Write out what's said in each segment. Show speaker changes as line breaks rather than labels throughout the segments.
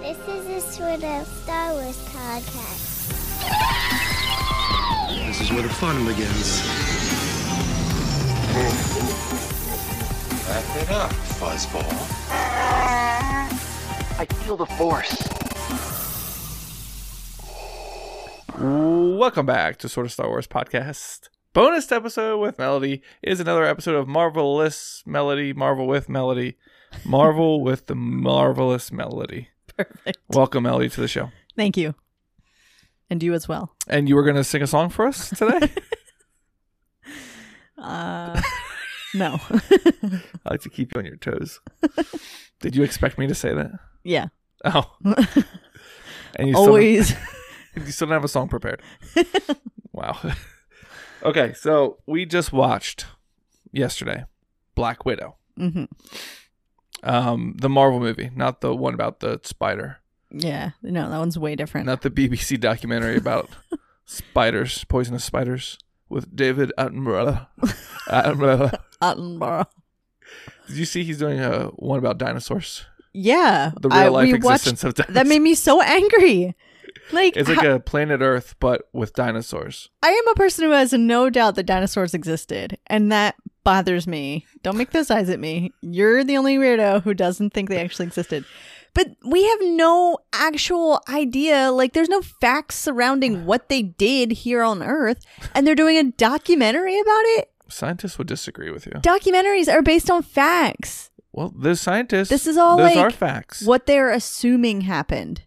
This is the sort of Star Wars podcast.
This is where the fun begins.
Wrap it up, fuzzball.
I feel the force.
Welcome back to Sort of Star Wars podcast. Bonus episode with Melody is another episode of Marvelous Melody, Marvel with Melody, Marvel with the Marvelous Melody.
Perfect.
Welcome, Melody, to the show.
Thank you. And you as well.
And you were going to sing a song for us today?
Uh, no.
I like to keep you on your toes. Did you expect me to say that?
yeah.
Oh. And you still,
Always.
you still don't have a song prepared. wow. okay, so we just watched yesterday Black Widow.
hmm
um the marvel movie not the one about the spider
Yeah. No, that one's way different.
not the bbc documentary about spiders poisonous spiders with david attenborough attenborough
Attenborough.
did you see he's doing a one about dinosaurs
Yeah.
the real
I-
life
we watched-
existence of dinosaurs
That made me so angry. Like,
it's like
ho-
a planet earth but with dinosaurs
I am a person who has no doubt that dinosaurs existed, and that bothers me. Don't make those eyes at me. You're the only weirdo who doesn't think they actually existed. But we have no actual idea. Like, there's no facts surrounding what they did here on Earth, and they're doing a documentary about it.
scientists would disagree with you
Documentaries are based on facts,
well the scientists
This is all,
those
like,
are facts
what they're assuming happened.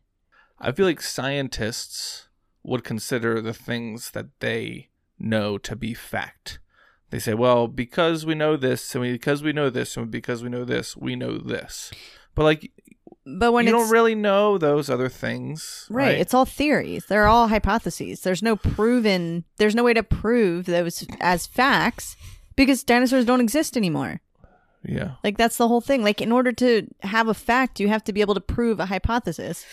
i feel like scientists would consider the things that they know to be fact they say, well, because we know this, and we, because we know this, and because we know this, we know this. But like,
But when
you
it's
don't really know those other things,
Right. It's all theories. They're all hypotheses. There's no proven, there's no way to prove those as facts because dinosaurs don't exist anymore.
yeah.
Like, that's the whole thing. Like, in order to have a fact, you have to be able to prove a hypothesis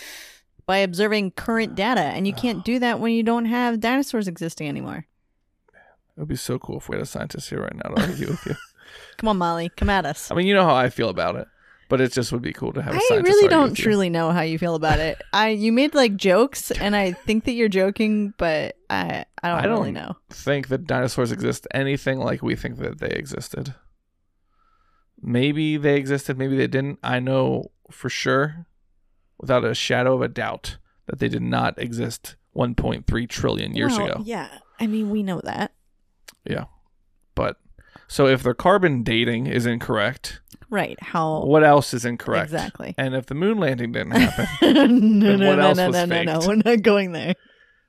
by observing current data. And you can't do that when you don't have dinosaurs existing anymore.
It would be so cool if we had a scientist here right now to argue with you.
Come on, Molly. Come at us.
I mean, you know how I feel about it, but it just would be cool to have. a
I
scientist
really
argue
don't
with you.
truly know how you feel about it. I you made like jokes, and I think that you're joking, but I I don't,
I don't-
really know.
think that dinosaurs exist anything like we think that they existed. Maybe they existed, maybe they didn't. I know for sure, without a shadow of a doubt, that they did not exist 1.3 trillion years
Well,
ago.
Yeah, I mean we know that.
Yeah. But so if their carbon dating is incorrect,
Right. How?
what else is incorrect?
Exactly.
And if the moon landing didn't happen,
no, no,
Then what
no,
else
no,
was
no, no, no.
faked?
We're not going there.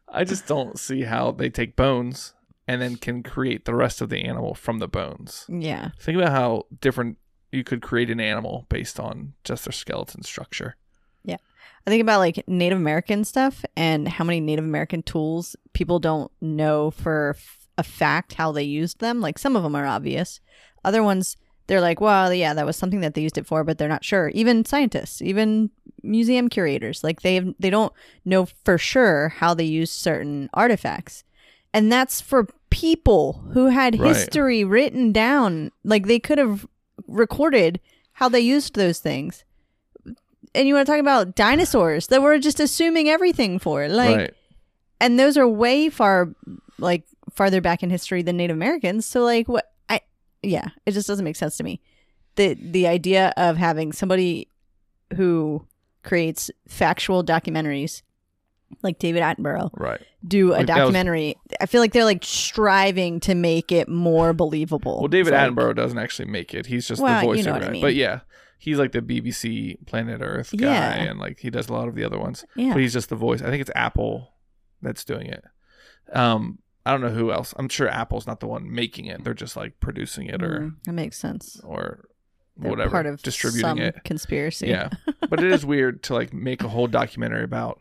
I just don't see how they take bones and then can create the rest of the animal from the bones.
Yeah.
Think about how different you could create an animal based on just their skeleton structure.
I think about like Native American stuff and how many Native American tools people don't know for f- a fact how they used them. Like some of them are obvious, other ones they're like, well, yeah, that was something that they used it for, but they're not sure. Even scientists, even museum curators, like they have, they don't know for sure how they use certain artifacts, and that's for people who had
Right.
history written down. Like they could have recorded how they used those things and you want to talk about dinosaurs that we're just assuming everything for like
right.
and those are way far like farther back in history than native americans so like what i yeah it just doesn't make sense to me the the idea of having somebody who creates factual documentaries like david attenborough
Right.
do a
Like, that was-
documentary i feel like they're like striving to make it more believable
Well, David
It's like-
Attenborough doesn't actually make it. He's just
Well,
the
you
voiceover
know what I
guy.
mean.
But yeah, he's like the BBC Planet Earth guy
Yeah.
and like he does a lot of the other ones.
yeah
But he's just the voice. I think it's Apple that's doing it. Um I don't know who else. I'm sure Apple's not the one making it. They're just like producing it or
Mm, that makes sense
or
They're
whatever
part of
distributing
some
it.
conspiracy
Yeah. but it is weird to like make a whole documentary about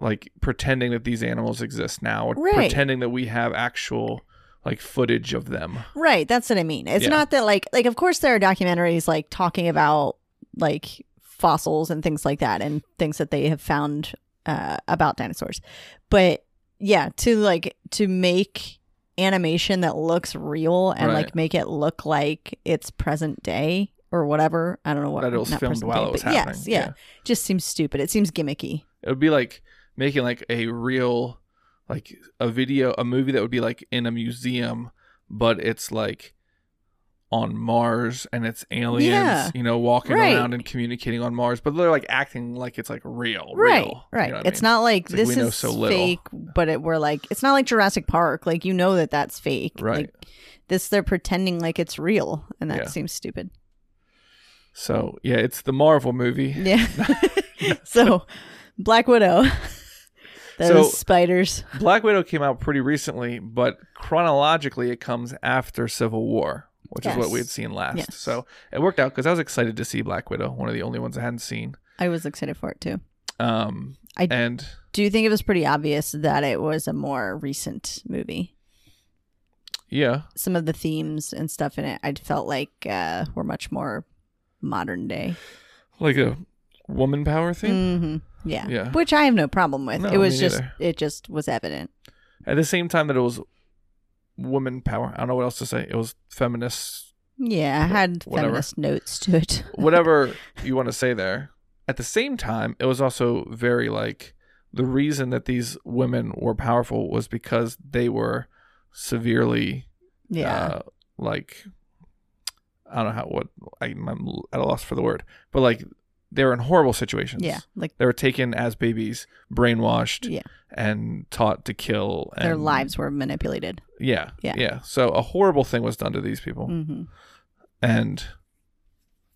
like pretending that these animals exist now or
Right.
pretending that we have actual like footage of them.
Right, that's what I mean. It's
Yeah.
not that like like of course there are documentaries like talking about like fossils and things like that and things that they have found uh about dinosaurs. But yeah, to like to make animation that looks real and
Right.
like make it look like it's present day or whatever. I don't know what
That it was
not
filmed
present
while
day,
it was
but Yes,
happening,
yeah.
yeah.
Just seems stupid. It seems gimmicky.
It would be like making like a real like a video a movie that would be like in a museum, but it's like on Mars and it's aliens,
Yeah.
you know, walking
Right.
around and communicating on Mars, but they're like acting like it's like real.
right,
real,
right.
You know what I
it's
mean?
not like
It's like
this
we know
is
so little.
fake, but it we're like it's not like Jurassic Park. Like you know that that's fake.
Right.
Like, this they're pretending like it's real, and that
Yeah.
seems stupid.
So yeah, it's the Marvel movie.
Yeah. so, Black Widow. Those
So-
spiders.
Black Widow came out pretty recently, but chronologically it comes after Civil War, which is what
Yes.
we had seen last.
Yes.
So it worked out because I was excited to see Black Widow, one of the only ones I hadn't seen.
I was excited for it too.
Um,
I-
and
Do you think it was pretty obvious that it was a more recent movie?
yeah,
Some of the themes and stuff in it, I felt like uh, were much more modern day.
like a woman power thing.
hmm Yeah.
Yeah.
which I have no problem with.
No,
it was
me
just
neither.
it just was evident.
At the same time that it was woman power, I don't know what else to say. It was feminist,
Yeah, I had
Whatever.
feminist notes to it.
whatever you want to say there. At the same time, it was also very like the reason that these women were powerful was because they were severely
yeah,
uh, like I don't know how what I, I'm at a loss for the word, but like they were in horrible situations.
yeah, like
they were taken as babies, brainwashed,
Yeah.
and taught to kill. And,
their lives were manipulated.
yeah,
Yeah.
yeah. So a horrible thing was done to these people,
hmm
and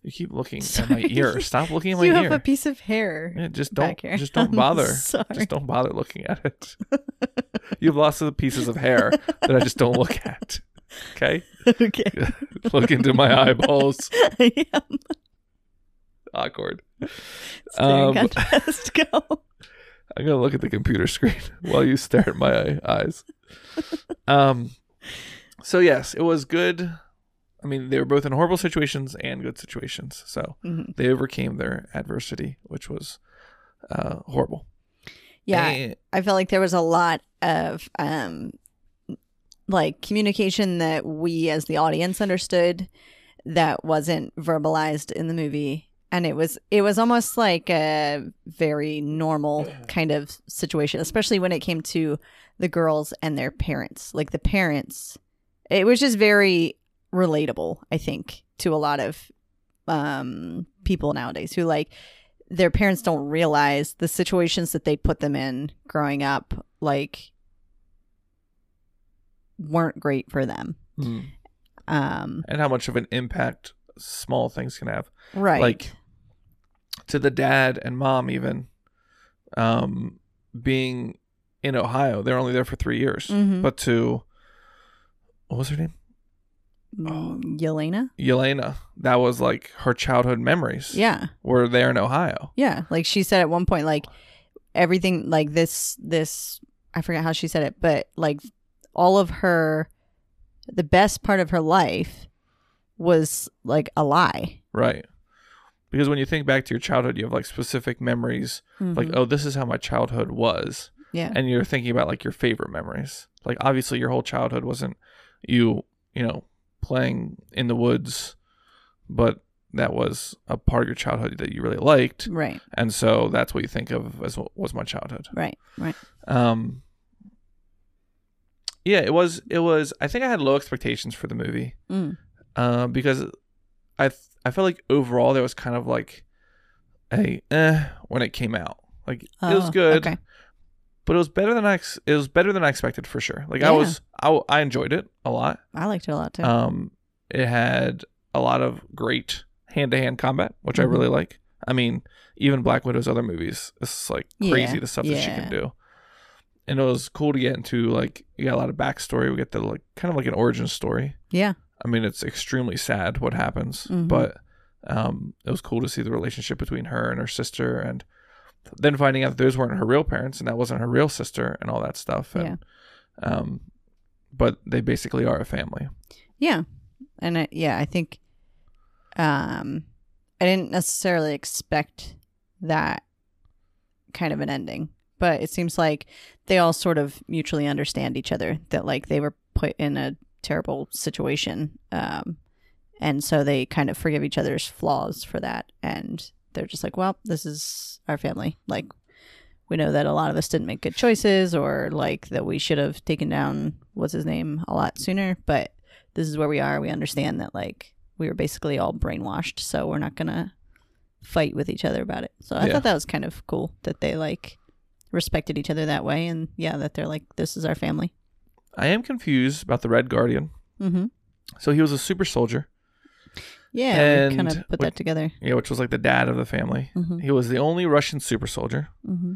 you keep looking at my
Sorry.
ear. Stop looking at my
You
ear.
have a piece of hair.
Yeah, just don't,
back here.
just don't
I'm
bother.
sorry.
Just don't bother looking at it. You've lost the pieces of hair that I just don't look at. Okay,
okay,
look into my eyeballs.
I am.
Awkward.
Staring
Um,
contest. Go.
I'm gonna look at the computer screen while you stare at my eyes. Um, so yes, it was good. I mean, they were both in horrible situations and good situations, so
Mhm.
they overcame their adversity, which was uh, horrible.
Yeah,
Eh,
I felt like there was a lot of um like communication that we as the audience understood that wasn't verbalized in the movie and it was it was almost like a very normal kind of situation especially when it came to the girls and their parents like the parents it was just very relatable i think to a lot of um people nowadays who like their parents don't realize the situations that they put them in growing up like weren't great for them
mm.
um
and how much of an impact small things can have
right
Like- to the dad and mom even um being in ohio they're only there for three years
Mhm.
but to what was her name
Mm, yelena
yelena that was like her childhood memories
yeah
were there in ohio
yeah like she said at one point like everything like this this i forget how she said it but like all of her the best part of her life was like a lie
right because when you think back to your childhood you have like specific memories like oh this is how my childhood was
Mm-hmm. yeah
and you're thinking about like your favorite memories. Like obviously your whole childhood wasn't you, you know, playing in the woods, but that was a part of your childhood that you really liked,
right
and so that's what you think of as what was my childhood.
right right
Um Yeah, it was it was I think I had low expectations for the movie.
Mm.
Uh, because I th- I felt like overall there was kind of like a eh when it came out. Like it was
Oh,
good
okay
but it was better than I ex- it was better than I expected for sure. Like
Yeah.
I was I, w- I enjoyed it a lot.
i liked it a lot too
Um, it had a lot of great hand to hand combat, which
Mhm.
I really like. I mean, even Black Widow's other movies, it's like
Yeah,
crazy the stuff that she
yeah.
can do. And it was cool to get into like you got a lot of backstory. We get the like kind of like an origin story.
yeah
I mean, it's extremely sad what happens,
Mhm.
but um, it was cool to see the relationship between her and her sister, and then finding out those weren't her real parents and that wasn't her real sister and all that stuff. And, Um, but they basically are a family.
Yeah. And I, yeah, I think um I didn't necessarily expect that kind of an ending, but it seems like they all sort of mutually understand each other that like they were put in a terrible situation um And so they kind of forgive each other's flaws for that. And they're just like, well, this is our family. Like, we know that a lot of us didn't make good choices or like that we should have taken down what's his name a lot sooner. But this is where we are. We understand that like we were basically all brainwashed. So we're not going to fight with each other about it. So I
Yeah.
thought that was kind of cool that they like respected each other that way. And yeah, that they're like, this is our family.
I am confused about the Red Guardian.
Mm-hmm.
So he was a super soldier.
Yeah, we kind
And
of put
what-
that together.
Yeah, which was like the dad of the family.
Mhm.
He was the only Russian super soldier,
Mm-hmm.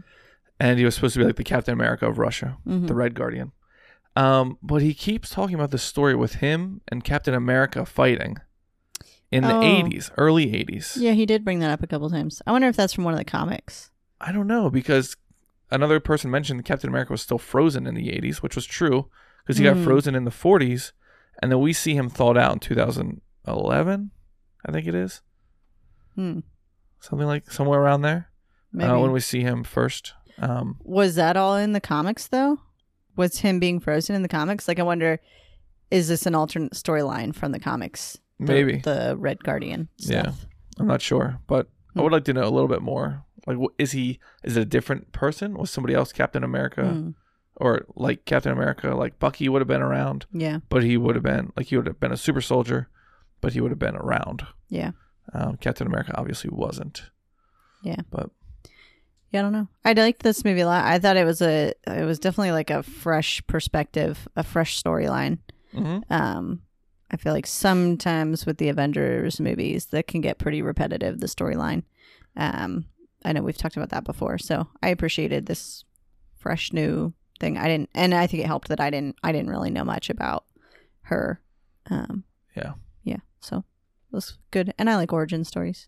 and he was supposed to be like the Captain America of Russia,
Mhm.
the Red Guardian. Um, but he keeps talking about this story with him and Captain America fighting in the
Oh.
'80s, early '80s.
Yeah, he did bring that up a couple times. I wonder if that's from one of the comics.
I don't know because another person mentioned that Captain America was still frozen in the 80s, which was true because he got
Mm.
frozen in the 40s, and then we see him thawed out in 2011, I think it is
Hmm,
something like somewhere around there
maybe.
uh, when we see him first. Um,
was that all in the comics though? Was him being frozen in the comics? Like, I wonder, is this an alternate storyline from the comics? The-
Maybe.
the Red Guardian.
Yeah.
Stuff.
I'm not sure, but I
Hmm.
would like to know a little bit more. Like, wh- is he is it a different person? Was somebody else Captain America,
Hmm,
or like Captain America, like Bucky would have been around,
yeah,
but he would have been like he would have been a super soldier, but he would have been around.
yeah,
Um, Captain America obviously wasn't.
Yeah.
But
yeah. I don't know. I liked this movie a lot. I thought it was a, it was definitely like a fresh perspective, a fresh storyline.
mhm.
um i feel like sometimes with the avengers movies that can get pretty repetitive the storyline um i know we've talked about that before so i appreciated this fresh new thing i didn't and i think it helped that i didn't i didn't really know much about her um
Yeah.
yeah so it was good and i like origin stories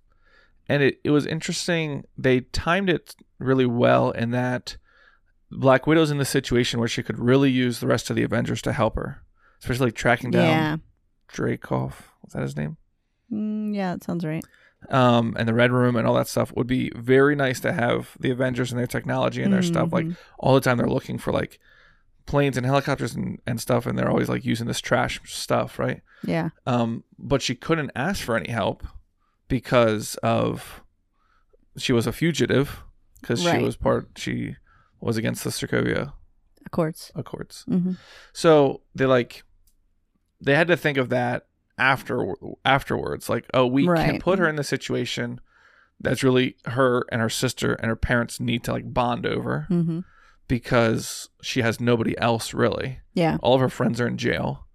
and it, it was interesting. They timed it really well in that Black Widow's in the situation where she could really use the rest of the Avengers to help her, especially like tracking down
yeah
Dracoff. Was that his name?
mm, yeah that sounds right
Um, and the Red Room and all that stuff would be very nice to have the Avengers and their technology and their stuff. Like
Mhm.
all the time, they're looking for like planes and helicopters and, and stuff, and they're always like using this trash stuff, right?
yeah
um, but she couldn't ask for any help because of she was a fugitive because
Right.
she was part she was against the Sokovia
accords
Accords.
mm-hmm.
So they like they had to think of that after afterwards. Like, oh, we can
Right.
put her in the situation that's really her and her sister and her parents need to like bond over
Mm-hmm.
because she has nobody else really.
yeah
All of her friends are in jail.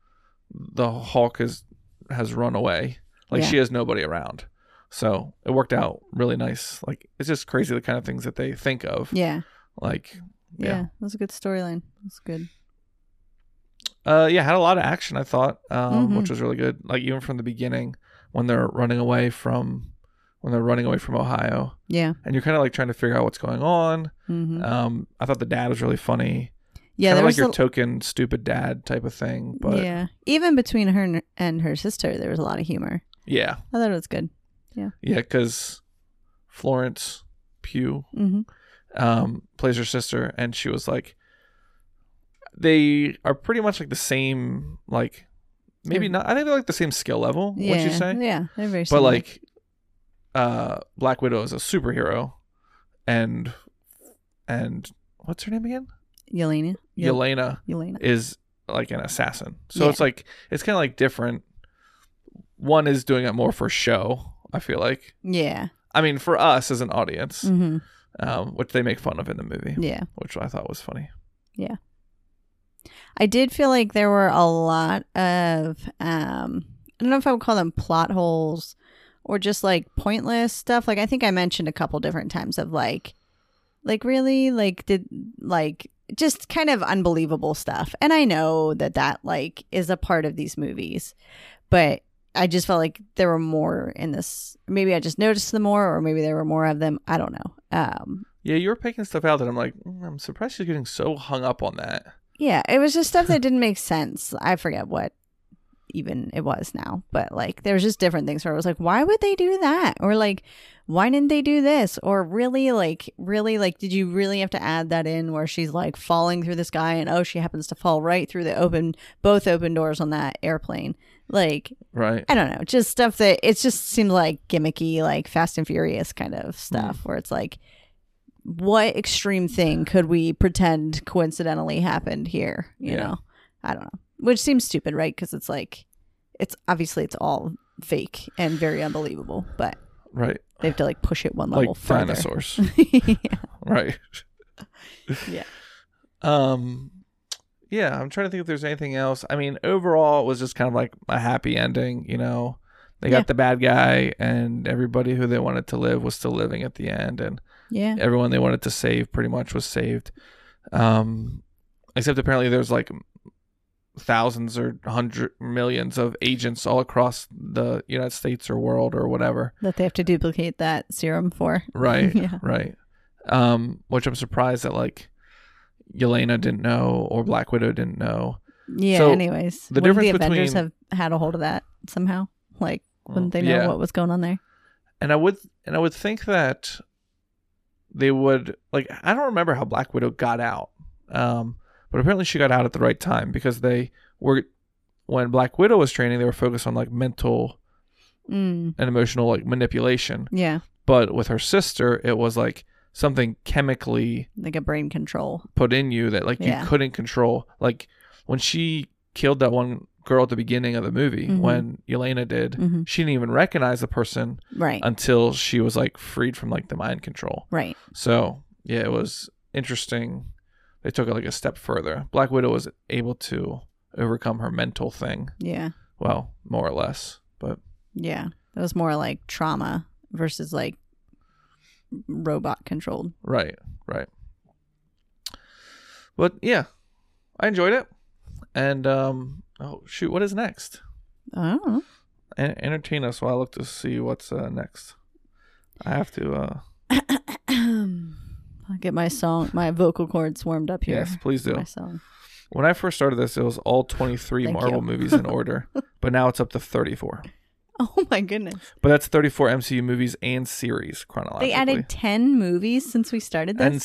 The Hulk is has run away. Like
Yeah.
she has nobody around. So it worked out really nice. Like it's just crazy the kind of things that they think of.
yeah
Like
yeah,
yeah.
that was a good storyline that's good
Uh yeah, had a lot of action I thought, um,
Mhm.
which was really good. Like even from the beginning when they're running away from when they're running away from Ohio.
yeah
And you're kinda like trying to figure out what's going on.
mm-hmm.
Um I thought the dad was really funny.
yeah
kinda
there
like
was
your
a-
token stupid dad type of thing. But yeah.
yeah, even between her and- and her sister, there was a lot of humor.
Yeah,
I thought it was good.
because Florence Pugh
Mm-hmm.
um, plays her sister, and she was like, they are pretty much like the same, like maybe
Mm.
not. I think they're like the same skill level.
Yeah,
Would you say?
yeah, they're very.
But
similar.
like, uh, Black Widow is a superhero, and and what's her name again?
Yelena, Yel-
Yelena
Yelena,
is like an assassin. So
Yeah.
it's like it's kind of like different. One is doing it more for show. I feel like.
yeah,
I mean, for us as an audience,
hmm
um, which they make fun of in the movie,
yeah.
which I thought was funny.
I did feel like there were a lot of um, I don't know if I would call them plot holes or just like pointless stuff. Like I think I mentioned a couple different times of like, like really, like did like just kind of unbelievable stuff. And I know that that like is a part of these movies, but I just felt like there were more in this. Maybe I just noticed them more, or maybe there were more of them. I don't know. Um,
Yeah, you were picking stuff out that I'm like, mm, I'm surprised she's getting so hung up on that.
Yeah, it was just stuff that didn't make sense. I forget what even it was now, but like there was just different things where I was like, why would they do that? Or like, why didn't they do this? Or really, like, really, like, did you really have to add that in where she's like falling through this guy and oh, she happens to fall right through the open, both open doors on that airplane? Like,
right?
I don't know, just stuff that it just seems like gimmicky, like Fast and Furious kind of
Mm.
stuff, where it's like, what extreme thing could we pretend coincidentally happened here? You
Yeah.
know, I don't know, which seems stupid, right? Because it's like, it's obviously it's all fake and very unbelievable, but
Right.
they have to like push it one level
Like
further.
dinosaurs.
yeah.
right.
Yeah.
Um yeah, I'm trying to think if there's anything else. I mean, overall it was just kind of like a happy ending, you know. They got
Yeah.
the bad guy and everybody who they wanted to live was still living at the end and
yeah,
everyone they wanted to save pretty much was saved. Um except apparently there's like thousands or hundred millions of agents all across the United States or world or whatever.
that they have to duplicate that serum for.
Right.
Yeah.
Right. Um, which I'm surprised that like Yelena didn't know or Black Widow didn't know.
Yeah.
So,
anyways,
the
wouldn't
difference
the Avengers
between-
have had a hold of that somehow? Like, wouldn't they know
Yeah.
what was going on there?
And I would and I would think that they would like I don't remember how Black Widow got out. Um, but apparently she got out at the right time because they were when Black Widow was training, they were focused on like mental
Mm,
and emotional like manipulation.
yeah.
But with her sister, it was like something chemically
like a brain control.
put in you that like
Yeah.
you couldn't control. Like when she killed that one girl at the beginning of the movie,
Mhm.
when Elena did,
Mhm.
she didn't even recognize the person
Right.
until she was like freed from like the mind control.
right.
So yeah, it was interesting. They took it like a step further. Black Widow was able to overcome her mental thing,
Yeah.
well, more or less. But
Yeah. That was more like trauma versus like robot controlled.
right, right. But yeah, I enjoyed it. And um, oh shoot, what is next?
Oh.
en- entertain us while I look to see what's uh, next. I have to. Uh,
Um, I'll get my song, my vocal cords warmed up here.
yes, please do.
My song.
When I first started this, it was all 23
Thank
Marvel
you.
movies in order, but now it's up to 34.
Oh my goodness.
But that's 34 MCU movies and series chronologically.
They added 10 movies since we started
and
this.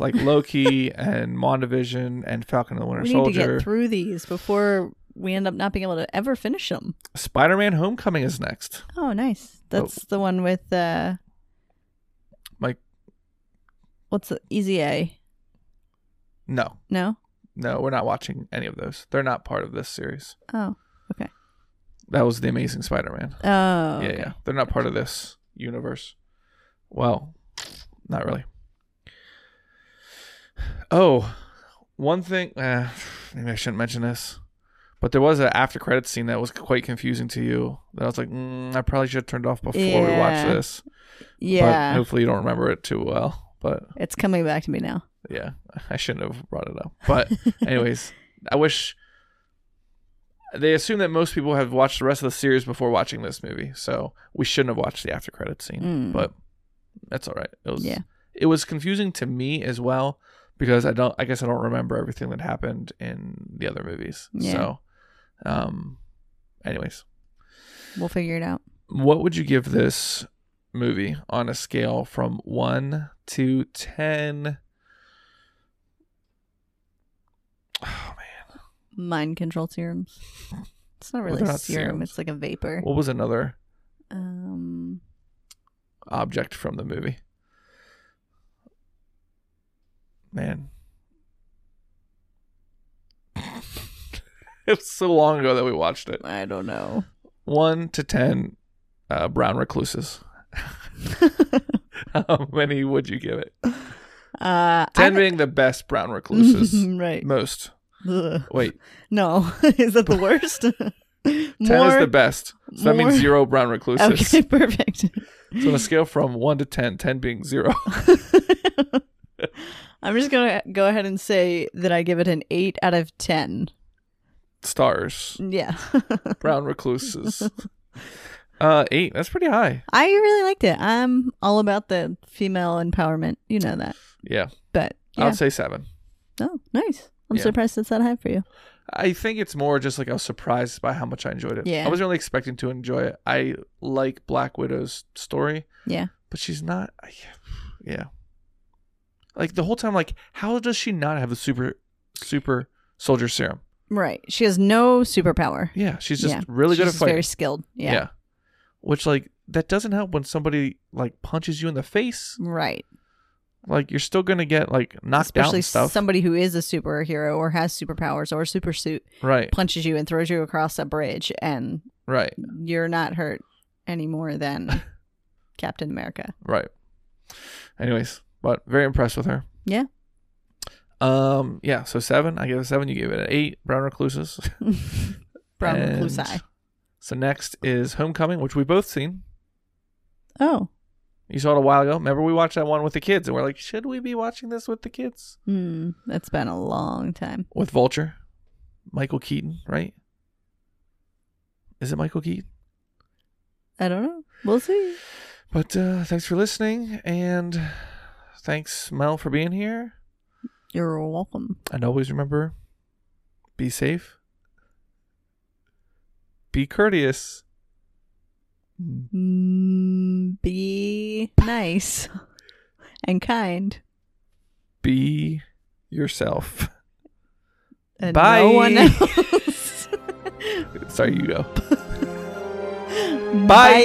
like Loki and WandaVision and Falcon and the Winter
we need to
Soldier.
get through these before we end up not being able to ever finish them.
Spider-Man: Homecoming is next.
Oh, nice. That's the one with uh
Mike,
what's the Easy A?
no,
No?
no, we're not watching any of those. They're not part of this series.
Oh.
That was the Amazing Spider-Man.
Oh. Yeah,
yeah, yeah. They're not part of this universe. Well, not really. Oh, one thing. Uh, maybe I shouldn't mention this, but there was an after credit scene that was quite confusing to you. That I was like, mm, I probably should have turned off before we watched
Yeah.
this.
Yeah.
But hopefully, you don't remember it too well. But
It's coming back to me now.
yeah, I shouldn't have brought it up. But anyways, I wish they assume that most people have watched the rest of the series before watching this movie, so we shouldn't have watched the after credit scene.
Mm.
But that's all right. It was
Yeah.
it was confusing to me as well because I don't I guess I don't remember everything that happened in the other movies.
Yeah.
So um anyways,
We'll figure it out.
what would you give this movie on a scale from 1 to 10? Oh man.
Mind control serums. It's not
Well,
really
they're not
serum.
serums.
It's like a vapor.
What was another
Um,
object from the movie? Man. it was so long ago that we watched it.
I don't know.
One to ten uh, brown recluses. How many would you give it?
Uh,
Ten
I-
being the best brown recluses.
right.
Most.
Ugh.
Wait,
No, is that the worst?
ten
More-
is the best. So that means
more-
zero brown recluses.
Okay, perfect.
So on a scale from one to ten, ten being zero.
I'm just gonna go ahead and say that I give it an eight out of ten.
stars.
Yeah,
brown recluses. uh, eight. That's pretty high.
I really liked it. I'm all about the female empowerment. You know that,
Yeah,
but
I
yeah.
would say seven.
oh, nice. I'm
Yeah.
surprised it's that high for you.
I think it's more just like I was surprised by how much I enjoyed it.
Yeah.
I wasn't really expecting to enjoy it. I like Black Widow's story,
Yeah.
but she's not. Yeah, like the whole time, like how does she not have the super super soldier serum?
Right. She has no superpower.
Yeah, she's just
Yeah.
really good
She's
at
just
fighting.
Very skilled. Yeah.
which like that doesn't help when somebody like punches you in the face.
Right.
Like you're still gonna get like knocked out
Especially
and stuff.
somebody who is a superhero or has superpowers or a super suit
right,
punches you and throws you across a bridge and
right,
you're not hurt any more than Captain America.
right. Anyways, but very impressed with her.
Yeah.
Um. Yeah. So seven. I gave it a seven. You gave it an eight. Brown recluses.
Brown
And
Reclusi.
So next is Homecoming, which we've both seen.
Oh.
You saw it a while ago. Remember we watched that one with the kids, and we're like, should we be watching this with the kids?
Hmm. That's been a long time.
With Vulture, Michael Keaton, right? Is it Michael Keaton?
I don't know. We'll see.
But uh, thanks for listening, and thanks Mel for being here.
You're welcome.
And always remember, be safe, be courteous,
Mm, be nice and kind.
be yourself.
And
Bye.
No one else.
Sorry, you go.
Bye.